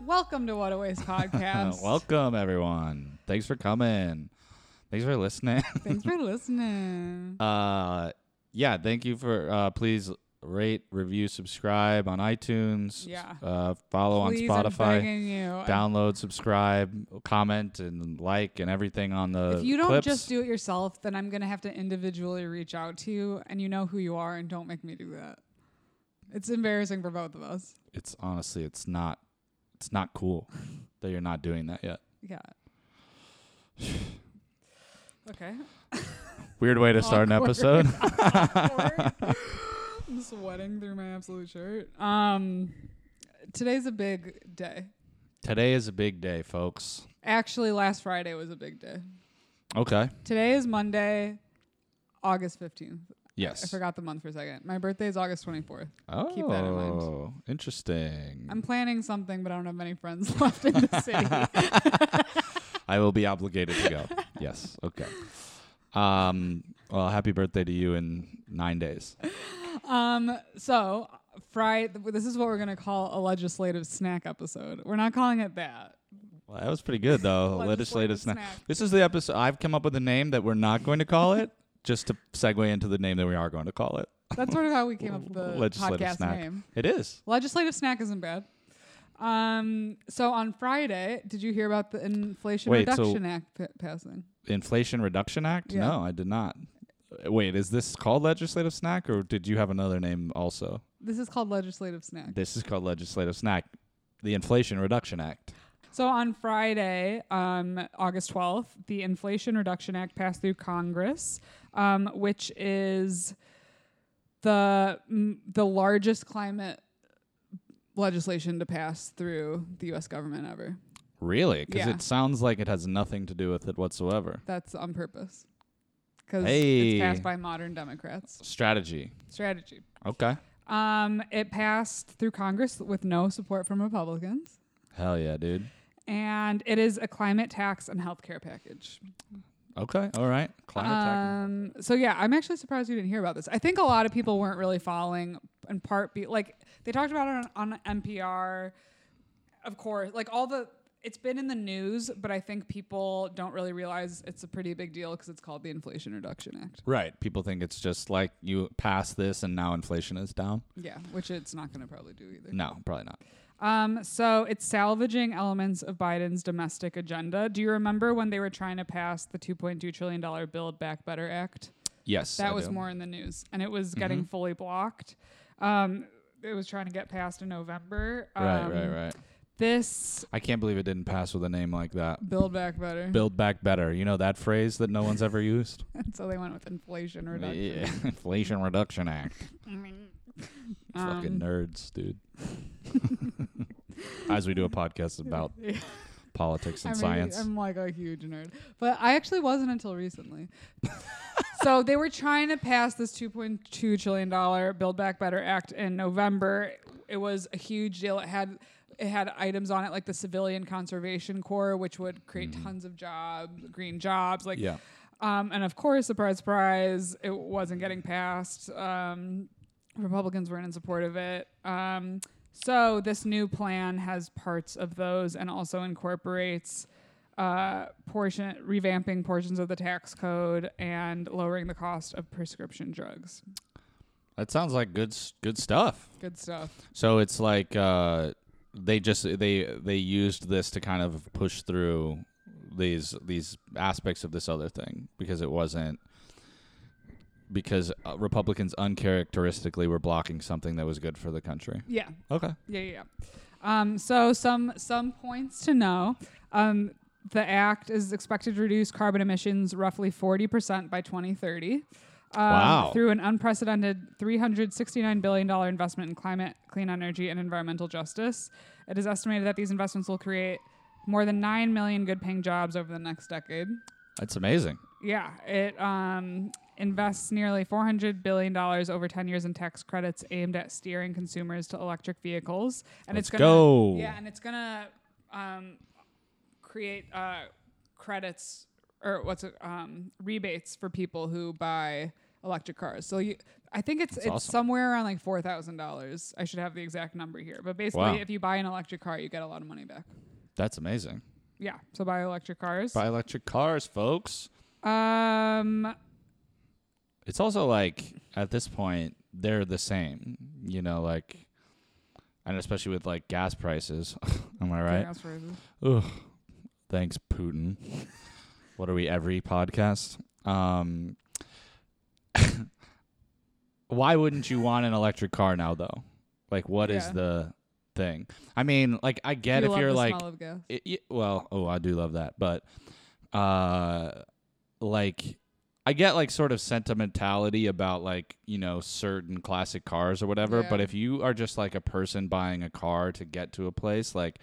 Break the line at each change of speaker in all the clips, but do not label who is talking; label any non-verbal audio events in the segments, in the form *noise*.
Welcome to
*laughs*
Waterways Podcast.
Uh, Welcome, everyone. Thanks for coming. Thanks for listening. *laughs*
Thanks for listening.
uh, yeah, thank you for. Uh, please rate, review, subscribe on iTunes.
Yeah.
Uh, follow
Please,
on
I'm
Spotify.
begging you.
Download, subscribe, comment, and like, and everything on the.
if you don't
clips.
just do it yourself, then I'm gonna have to individually reach out to you, and you know who you are, and don't make me do that. It's embarrassing for both of us.
it's honestly, it's not, it's not cool *laughs* that you're not doing that yet.
Yeah. *sighs*
*laughs*
okay. *laughs*
Weird way to start an
Awkward.
episode.
*laughs*
*laughs*
I'm sweating through my absolute shirt. Um, today's a big day.
Today is a big day, folks.
Actually, last Friday was a big day.
Okay.
Today is Monday, August 15th. I
Yes.
forgot the month for a second. My birthday is August 24th.
Oh,
Keep that in mind.
interesting.
I'm planning something, but I don't have many friends *laughs* left in the
*laughs*
city.
I will be obligated to go. *laughs* yes. Okay. Um. Well, happy birthday to you in nine days.
um, so, Friday, this is what we're going to call a legislative snack episode. We're not calling it that.
Well, that was pretty good though.
Legislative
Legislative snack.
snack.
This is the episode. I've come up with a name that we're not going to call it, just to segue into the name that we are going to call it.
That's sort of how we came up with the
*laughs* Legislative
podcast
snack.
name.
It is.
Legislative snack isn't bad. Um, so on Friday, did you hear about the Inflation
Wait, so-
Reduction Act pa- passing?
Inflation Reduction Act.
Yeah.
No, I did not. Uh, Wait, is this called legislative snack, or did you have another name also?
This is called legislative snack.
This is called legislative snack. The Inflation Reduction Act.
So on Friday, um, August 12th, the Inflation Reduction Act passed through Congress, um, which is the mm, the largest climate legislation to pass through the U.S. government ever.
Really? Because
Yeah.
it sounds like it has nothing to do with it whatsoever.
That's on purpose because
Hey.
it's passed by modern Democrats.
Strategy.
Strategy.
Okay.
Um, it passed through Congress with no support from Republicans,
Hell yeah, dude.
and it is a climate tax and health care package.
Okay. All right. Climate tech.
Um, so yeah, I'm actually surprised you didn't hear about this. I think a lot of people weren't really following, in part be like they talked about it on, on NPR, of course. Like all the, it's been in the news, but I think people don't really realize it's a pretty big deal because it's called the Inflation Reduction Act.
Right. People think it's just like you pass this and now inflation is down.
Yeah, which it's not going to probably do either.
No, probably not.
Um, so it's salvaging elements of Biden's domestic agenda. Do you remember when they were trying to pass the 2.2 trillion dollar Build Back Better Act?
Yes.
That
I
was
do. Mm-hmm.
more in the news, and it was getting fully blocked. Um, it was trying to get passed in November. Um,
Right, right, right.
This
I can't believe it didn't pass with a name like that.
Build Back Better. *laughs*
Build back better. You know that phrase that no one's ever used?
so they went with inflation *laughs*
*laughs*
reduction.
Yeah. Inflation Reduction
*laughs*
Act.
Um,
Fucking
*laughs*
nerds, dude. As we do a podcast about
*laughs* Yeah.
politics and
I'm a-
science.
I'm like a huge nerd, but I actually wasn't until
*laughs*
recently. so they were trying to pass this 2.2 trillion dollar Build Back Better Act in November. It was a huge deal. It had it had items on it like the Civilian Conservation Corps, which would create
Mm.
tons of jobs, green jobs, like
yeah.
um, and of course, surprise, surprise, it wasn't getting passed. Um, Republicans weren't in support of it. Um, so this new plan has parts of those and also incorporates uh, portion revamping portions of the tax code and lowering the cost of prescription drugs.
That sounds like good s- good stuff.
Good stuff.
So it's like uh, they just they they used this to kind of push through these these aspects of this other thing because it wasn't because uh, Republicans uncharacteristically were blocking something that was good for the country.
Yeah,
Okay.
yeah, yeah. yeah. Um, so some some points to know. Um, the act is expected to reduce carbon emissions roughly 40% by 2030 um,
Wow.
through an unprecedented $369 billion investment in climate, clean energy, and environmental justice. It is estimated that these investments will create more than 9 million good paying jobs over the next decade.
That's amazing.
Yeah, it um, invests nearly $400 billion over 10 years in tax credits aimed at steering consumers to electric vehicles. And it's
Let's
gonna,
go.
Yeah, and it's going to um, create uh, credits or what's it, um, rebates for people who buy electric cars. So you, I think it's it's
awesome.
somewhere around like four thousand dollars. I should have the exact number here, but basically,
Wow.
if you buy an electric car, you get a lot of money back.
That's amazing.
Yeah, so buy electric cars.
Buy electric cars, folks.
Um,
It's also like at this point they're the same, you know, like and especially with like gas prices. *laughs* Am I right?
gas prices.
Ugh. Thanks, Putin. what are we every podcast? Um *laughs* Why wouldn't you want an electric car now though? Like what is
Yeah.
the thing? I mean, like I get
You
if
love
you're
the
like
smell of gas.
it, it- well, oh, I do love that, but uh, like I get like sort of sentimentality about like you know certain classic cars or whatever,
Yeah.
but if you are just like a person buying a car to get to a place, like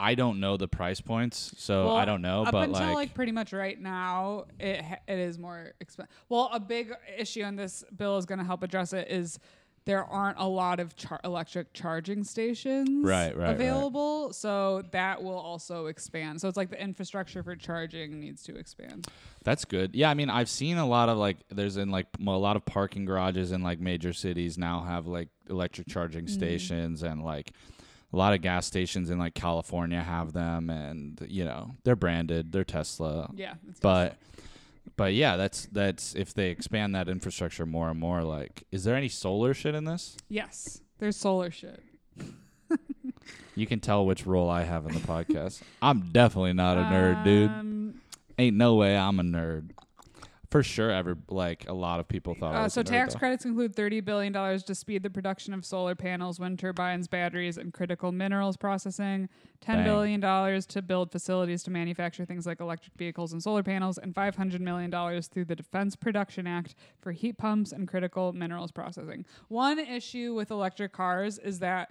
I don't know the price points, so "Oh, I
Well,
don't know,
up
but
until
like,
like, pretty much right now, it ha- it is more expensive. Well, a big issue, and this bill is going to help address it, is there aren't a lot of char- electric charging stations
Right, right, right.
available. So that will also expand. So it's like the infrastructure for charging needs to expand.
That's good. Yeah, I mean, I've seen a lot of like there's in like m- a lot of parking garages in like major cities now have like electric charging
Mm-hmm.
stations and like a lot of gas stations in like California have them and you know, they're branded, they're Tesla.
Yeah, it's
But but yeah, that's that's if they expand that infrastructure more and more like is there any solar shit in this?
yes, there's solar shit.
You can tell which role I have in the
*laughs*
podcast. I'm definitely not a nerd, dude.
Um,
Ain't no way I'm a nerd. For sure, ever like a lot of people thought. I
Uh,
was
so
a nerd,
tax
though.
credits include thirty billion dollars to speed the production of solar panels, wind turbines, batteries, and critical minerals processing. Ten
Bang.
billion dollars to build facilities to manufacture things like electric vehicles and solar panels, and five hundred million dollars through the Defense Production Act for heat pumps and critical minerals processing. One issue with electric cars is that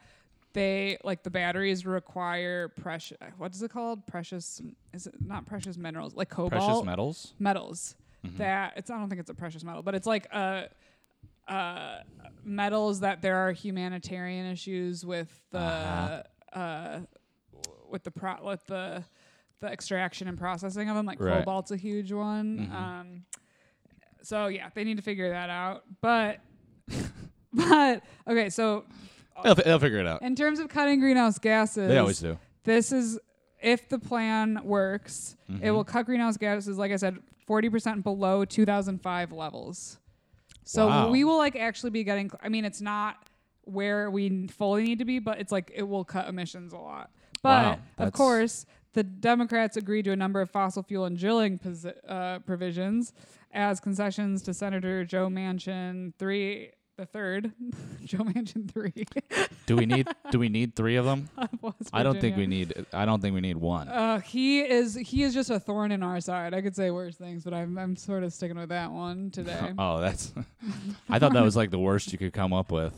they like the batteries require precious. What is it called? Precious is it not precious minerals like cobalt?
precious metals.
metals
Mm-hmm.
that it's I don't think it's a precious metal, but it's like uh, uh, metals that there are humanitarian issues with the uh
Uh-huh.
with the pro- with the the extraction and processing of them. Like
Right. Mm-hmm.
cobalt's a huge one. Um, so yeah, they need to figure that out. But *laughs* but okay, so
They'll, they'll figure it out.
in terms of cutting greenhouse gases,
They always do.
this is if the plan works,
Mm-hmm.
it will cut greenhouse gases, like I said, 40% below 2005 levels. So
Wow.
we will like actually be getting, I mean, it's not where we n- fully need to be, but it's like it will cut emissions a lot.
Wow,
But of
that's-
course, the Democrats agreed to a number of fossil fuel and drilling posi- uh, provisions as concessions to Senator Joe Manchin three, the third, *laughs* Joe Manchin three. *laughs*
Do we need do we need three of them?
of West
I don't think
Virginia.
we need I don't think we need one.
Uh, he is he is just a thorn in our side. I could say worse things, but I'm I'm sort of sticking with that one
*laughs*
today.
oh, that's I thought
*laughs*
that was like the worst you could come up with.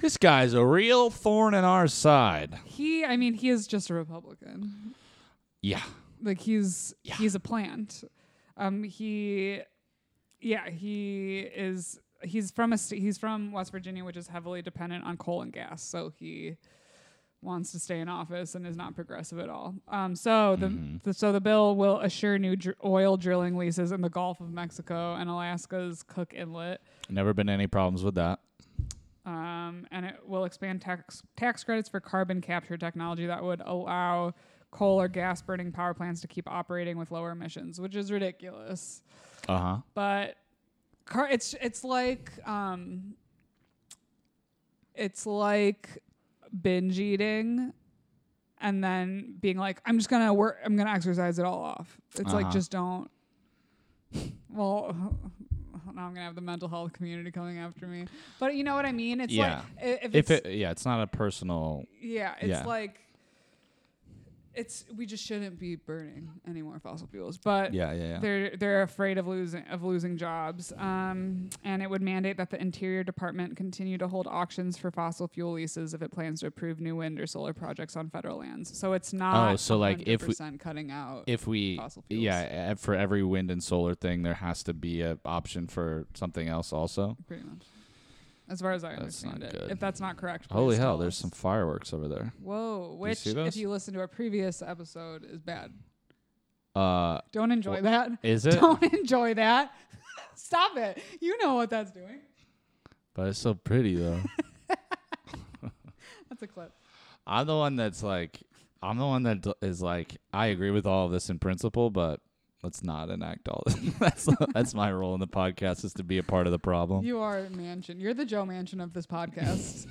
This guy's a real thorn in our side.
he, I mean, he is just a Republican.
Yeah.
Like he's he's a plant. Um, he, yeah, he is. He's from a st- he's from West Virginia, which is heavily dependent on coal and gas. So he wants to stay in office and is not progressive at all. Um, so the, the so the bill will assure new dr- oil drilling leases in the Gulf of Mexico and Alaska's Cook Inlet.
Never been any problems with that.
um, and it will expand tax tax credits for carbon capture technology that would allow coal or gas burning power plants to keep operating with lower emissions, which is ridiculous.
Uh-huh.
But car, it's it's like um, it's like binge eating. And then being like, I'm just gonna work. I'm gonna exercise it all off. It's like
Uh-huh.
just don't. Well, *laughs* now I'm gonna have the mental health community coming after me. But you know what I mean? It's
Yeah.
like i- if,
If
it's,
it yeah, it's not a personal
yeah, it's
Yeah.
like it's we just shouldn't be burning any more fossil fuels. But
Yeah, yeah, yeah.
they're they're afraid of losing of losing jobs. Um, and it would mandate that the Interior Department continue to hold auctions for fossil fuel leases if it plans to approve new wind or solar projects on federal lands. So it's not
Oh, so, like, if we-
100% cutting out
If we
Fossil fuels.
yeah, e- for every wind and solar thing there has to be an option for something else also.
pretty much. As far as I
That's
understand
not
it,
good.
if that's not correct, please
Holy hell,
tell
there's
us.
some fireworks over there.
Whoa,
you
which
see
if
those?
you listen to our previous episode is bad.
Uh
*laughs* Don't enjoy that.
is it?
Don't enjoy that. *laughs* Stop it. You know what that's doing.
But it's so pretty though.
That's a clip.
*laughs* I'm the one that's like, I'm the one that d- is like, I agree with all of this in principle, but let's not enact all this. *laughs* that's that's my role in the podcast is to be a part of the problem.
You are Mansion. You're the Joe Mansion of this podcast.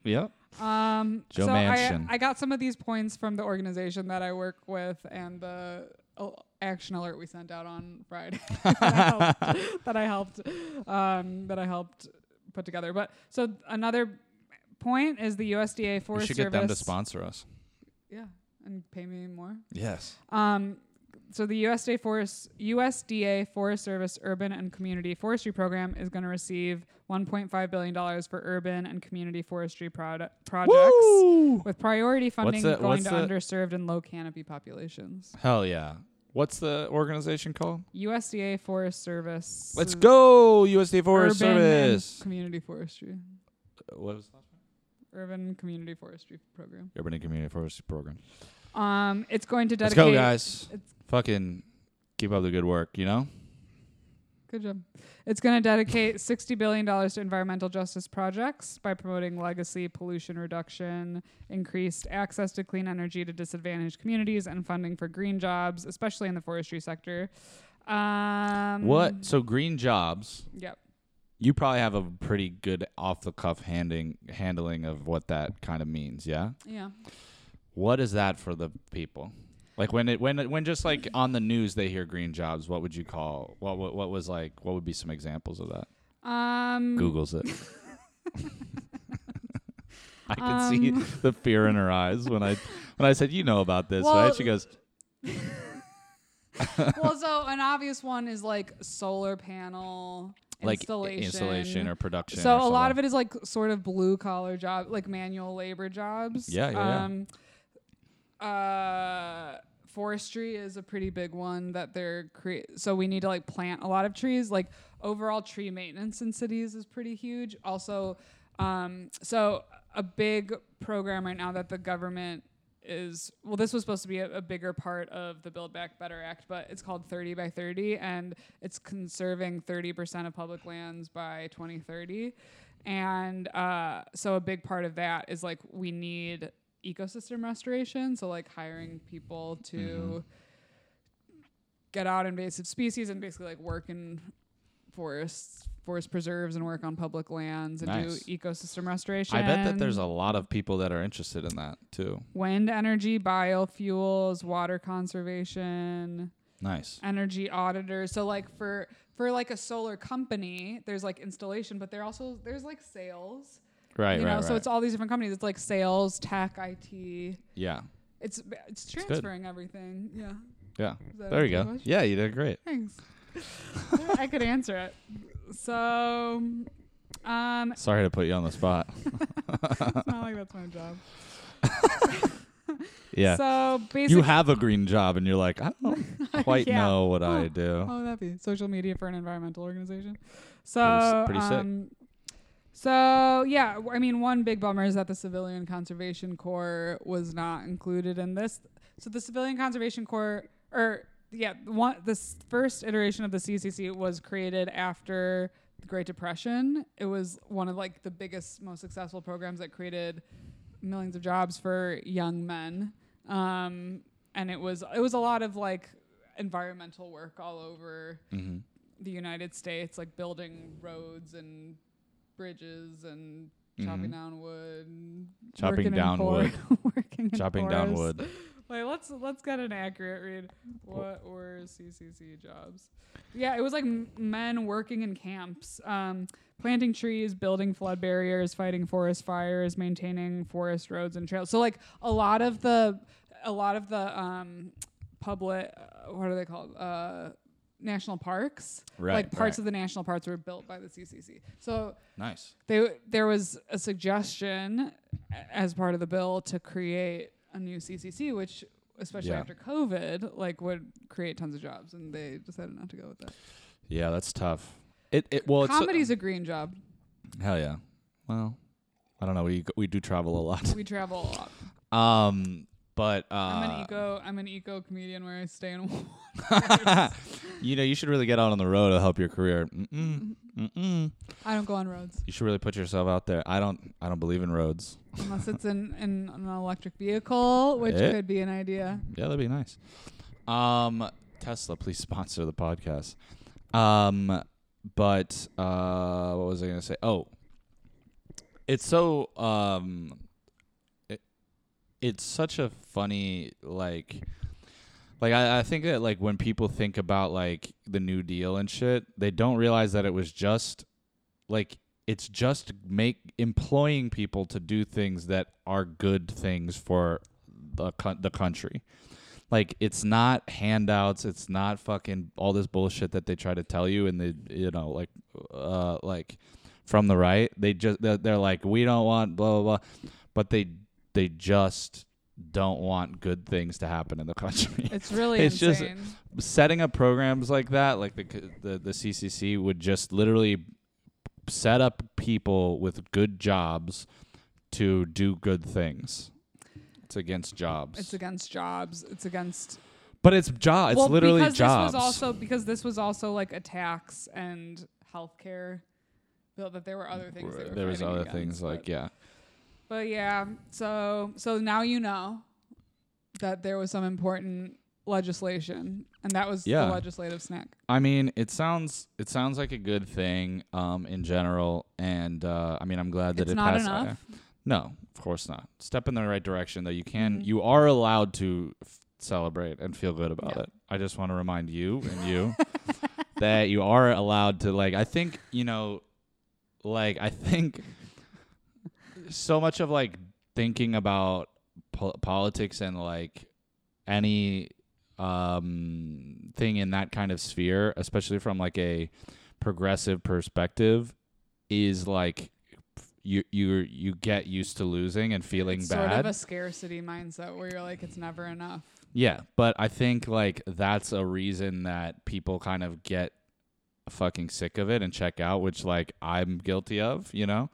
*laughs* yep.
Um,
*laughs* Joe
so
Manchin.
I, I got some of these points from the organization that I work with and the uh, action alert we sent out on Friday *laughs* that I
*laughs*
helped, that I helped, um, that I helped put together. But so another point is the USDA
We
Forest
should
Service.
get them to sponsor us.
Yeah, and pay me more.
Yes.
Um, so the USDA Forest USDA Forest Service Urban and Community Forestry Program is going to receive 1.5 billion dollars for urban and community forestry prod- projects, with priority funding
the-
going
what's
to
the-
underserved and low canopy populations.
Hell yeah. What's the organization called?
USDA Forest Service.
Let's go, USDA
Urban
Forest
and
Service.
Community Forestry.
What was the last one?
Urban Community Forestry Program.
Urban and Community Forestry Program.
Um, it's going to
Let's
dedicate.
go, guys.
it's-
Fucking keep up the good work, you know?
Good job. It's going to dedicate sixty billion dollars to environmental justice projects by promoting legacy pollution reduction, increased access to clean energy to disadvantaged communities, and funding for green jobs, especially in the forestry sector. Um,
What? So, green jobs.
Yep.
you probably have a pretty good off the cuff handing handling of what that kind of means, yeah?
Yeah.
What is that for the people? Like when it when it, when just like on the news they hear green jobs, what would you call what what, what was like what would be some examples of that?
Um,
Google's it. *laughs* I could see
Um.
the fear in her eyes when I when I said you know about this,
Well,
right? She goes,
well, so an obvious one is like solar panel
like
installation.
installation or production.
So a lot of it is like sort of blue collar job, like manual labor jobs.
Yeah, yeah, yeah.
Um, uh, forestry is a pretty big one that they're crea- so we need to like plant a lot of trees. Like overall tree maintenance in cities is pretty huge. Also, um, so a big program right now that the government is well this was supposed to be a, a bigger part of the build back better act but it's called 30 by 30 and it's conserving 30% of public lands by 2030 and uh, so a big part of that is like we need ecosystem restoration so like hiring people to
Mm-hmm.
get out invasive species and basically like work in forests forest preserves and work on public lands and
Nice.
do ecosystem restoration
I bet that there's a lot of people that are interested in that too.
wind energy, biofuels, water conservation,
Nice.
energy auditors. So like for for like a solar company, there's like installation, but there also there's like sales.
Right,
you
right,
know,
right.
so it's all these different companies. It's like sales, tech, IT.
yeah.
It's it's transferring everything. Yeah.
Yeah.
that
There you
answer
go.
your question?
Yeah, you did great.
Thanks. I could answer it. So um
Sorry to put you on
*laughs*
the spot.
it's not like that's my job.
Yeah.
So basically
you have a green job and you're like, I don't quite
"Oh." *laughs* Yeah. Oh,
know what I do.
How would that Oh, be? Social media for an environmental organization. So
pretty sick.
um, So yeah, w- I mean, one big bummer is that the Civilian Conservation Corps was not included in this. So the Civilian Conservation Corps, or yeah, one the s- first iteration of the CCC was created after the Great Depression. It was one of like the biggest, most successful programs that created millions of jobs for young men. Um, and it was it was a lot of like environmental work all over
Mhm.
the United States, like building roads and bridges and chopping
Mhm.
down wood, and
Chopping
working in
down
for-
wood.
*laughs* working in
Chopping down
forests.
wood.
Wait, let's let's get an accurate read. What were CCC jobs? Yeah, it was like m- men working in camps, um, planting trees, building flood barriers, fighting forest fires, maintaining forest roads and trails. So like a lot of the a lot of the um, public, uh, what are they called? Uh, national parks,
Right,
like parts
right.
of the national parks were built by the CCC. So
Nice.
they there was a suggestion a- as part of the bill to create a new CCC, which especially
Yeah.
after COVID, like would create tons of jobs, and they decided not to go with that.
Yeah, that's tough. It it well it's
Comedy's a green job.
hell yeah. Well, I don't know. We go- we do travel a lot. *laughs*
We travel a lot.
Um, But uh,
I'm an eco. I'm an eco comedian where I stay in.
*laughs* you know, you should really get out on the road to help your career. Mm-mm, mm-mm.
*laughs* I don't go on roads
You should really put yourself out there. I don't. I don't believe in roads.
unless it's in, in an electric vehicle, which
Eh?
could be an idea.
Yeah, that'd be nice. Um, Tesla, please *laughs* sponsor the podcast. Um, but uh, what was I gonna say? Oh, it's so um, it, it's such a funny like. Like I, I think that like when people think about like the New Deal and shit, they don't realize that it was just like it's just make employing people to do things that are good things for the coun- the country. Like it's not handouts, it's not fucking all this bullshit that they try to tell you and they you know like uh like from the right. They just they're, they're like we don't want blah blah blah, but they they just don't want good things to happen in the country
It's really
It's just-
insane.
setting up programs like that, like the the, the CCC would just literally set up people with good jobs to do good things. It's against jobs,
it's against jobs. It's against.
but it's job. It's
well,
literally
because
jobs.
This was also because this was also like a tax and healthcare bill. That there were other things. They were
there was
fighting
other
against,
things
but-
like yeah,
But yeah, so so now you know that there was some important legislation, and that was
Yeah.
the legislative snack.
I mean, it sounds it sounds like a good thing um, in general, and uh, I mean, I'm glad that
It's
it
not
passed. uh,
enough.
No, of course not. Step in the right direction, though. You can, you are allowed to f- celebrate and feel good about
Yeah.
it. I just want to remind you and you that you are allowed to like. I think you know, like I think so much of like thinking about po- politics and like any um thing in that kind of sphere, especially from like a progressive perspective, is like you you you get used to losing and feeling
It's
bad.
Sort of a scarcity mindset where you're like, it's never enough.
yeah, but I think like that's a reason that people kind of get fucking sick of it and check out, which like I'm guilty of, you know?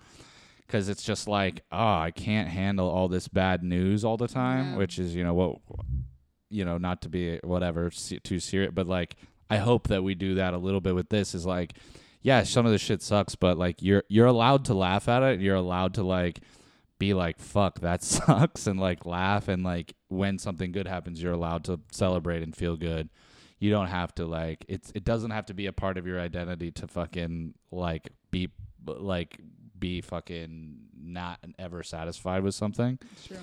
Cuz it's just like, oh, I can't handle all this bad news all the time,
Yeah.
which is, you know, what you know, not to be whatever se- too serious, but like I hope that we do that a little bit with this is like yeah, some of the shit sucks, but like you're you're allowed to laugh at it. You're allowed to like be like fuck that *laughs* sucks and like laugh and like when something good happens, you're allowed to celebrate and feel good. You don't have to like it's it doesn't have to be a part of your identity to fucking like be like be fucking not ever satisfied with something.
It's true.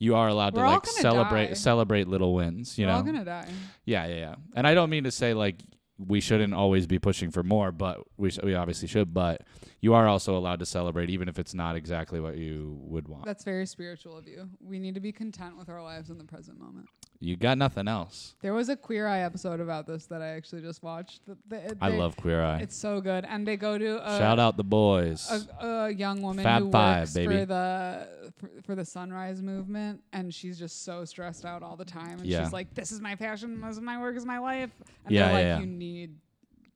You are allowed
We're
to
all
like
gonna
celebrate
die.
celebrate little wins, you
We're
know.
all gonna die.
Yeah, yeah, yeah. And I don't mean to say like we shouldn't always be pushing for more, but we sh- we obviously should. But you are also allowed to celebrate, even if it's not exactly what you would want.
That's very spiritual of you. We need to be content with our lives in the present moment.
You got nothing else.
There was a Queer Eye episode about this that I actually just watched. Th- th-
I
they-
love Queer Eye.
It's uh, so good, and they go to a,
Shout out the boys.
a, a young woman
Fab
who
Five,
works
baby.
for the for, for the sunrise movement, and she's just so stressed out all the time. And
Yeah.
she's like, "This is my passion. This is my work. This Is my life." And
Yeah,
they're like,
yeah, yeah.
"You need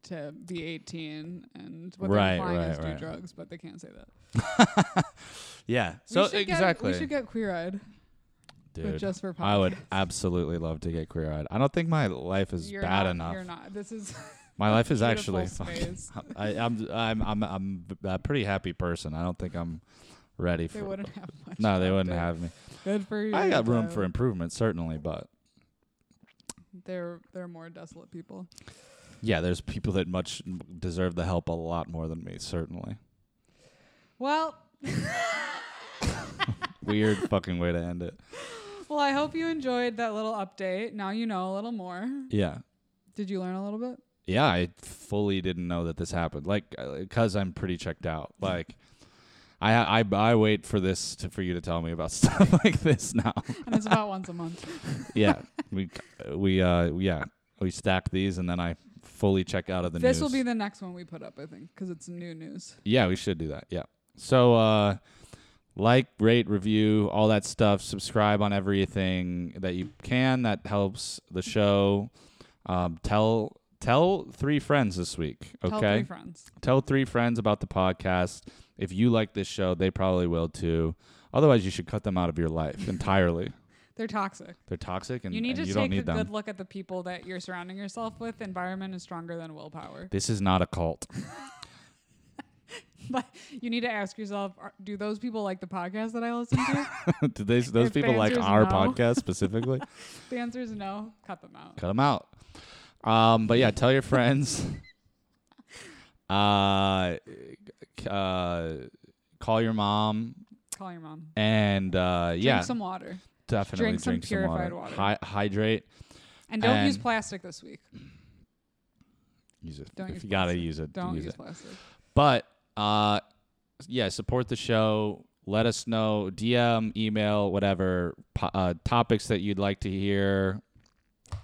to be 18." And what
Right,
they're implying
right,
is
right.
do drugs, but they can't say that.
yeah.
We
So
should get-
exactly.
we should get queer eyed, but
Dude,
just for podcast.
I would absolutely love to get Queer Eyed. I don't think my life is
You're
bad
not,
enough.
You're not. This is
My *laughs* life is
beautiful
actually fucking.
space.
*laughs* I, I'm I'm I'm I'm a pretty happy person. I don't think I'm ready
They
for.
wouldn't have much.
*laughs* No, they
left
wouldn't
in.
have me.
Good for you.
I got room for
though.
improvement, certainly, but
They're they're more desolate people.
yeah, there's people that much deserve the help a lot more than me, certainly.
Well, *laughs*
Weird fucking way to end
*laughs*
it.
well, I hope you enjoyed that little update. Now you know a little more.
Yeah.
Did you learn a little bit?
Yeah, I fully didn't know that this happened. Like, because I'm pretty checked out. Like, I, I, I wait for this to, for you to tell me about *laughs* stuff like this now.
And it's about once a month.
Yeah. *laughs* We, we, uh, yeah, we stack these and then I fully check out of the
This
news.
will be the next one we put up, I think, because it's new news.
Yeah, we should do that. Yeah. So uh like, rate, review, all that stuff, subscribe on everything that you can. That helps the show. Um tell tell three friends this week, okay?
Tell three friends.
tell three friends about the podcast. If you like this show, they probably will too. Otherwise, you should cut them out of your life entirely.
They're toxic.
They're toxic, and
you need
and
to take
you don't
a
need them.
good look at the people that you're surrounding yourself with. Environment is stronger than willpower.
This is not a cult. *laughs*
But you need to ask yourself: are, Do those people like the podcast that I listen to?
*laughs* Do they, those
If
people
the
like
answer is
our
no. *laughs*
podcast specifically?
the answer is no. Cut them out.
Cut them out. Um, but yeah, tell your friends. *laughs* uh, uh, call your mom,
Call your mom.
and uh, yeah,
Drink some water
definitely
drink some purified water.
water. Hy- hydrate.
and don't use
And-
plastic this week.
Use it.
Don't
if
use
you gotta
plastic.
use it,
Don't
use
use,
it.
plastic.
But uh, yeah, support the show. Let us know, DM, email, whatever po- uh, topics that you'd like to hear.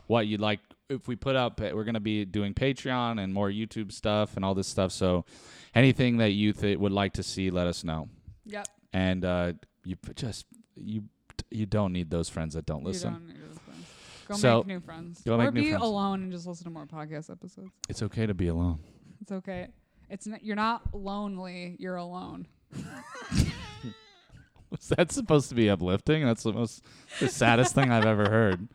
What you'd like if we put up, eh, we're gonna be doing Patreon and more YouTube stuff and all this stuff. So anything that you th- would like to see, let us know.
Yep.
And uh, you p- just you you don't need those friends that don't listen.
You don't need those friends. Go
So,
make new friends.
go
or
make new
be
friends.
alone and just listen to more podcast episodes.
It's okay to be alone.
It's okay. It's not, you're not lonely. You're alone. *laughs*
*laughs* Was that supposed to be uplifting? That's the most the saddest thing I've ever heard.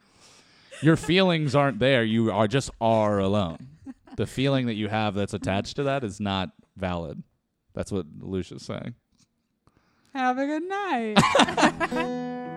Your feelings aren't there. You are just are alone. The feeling that you have that's attached to that is not valid. That's what Lucia's saying.
Have a good night.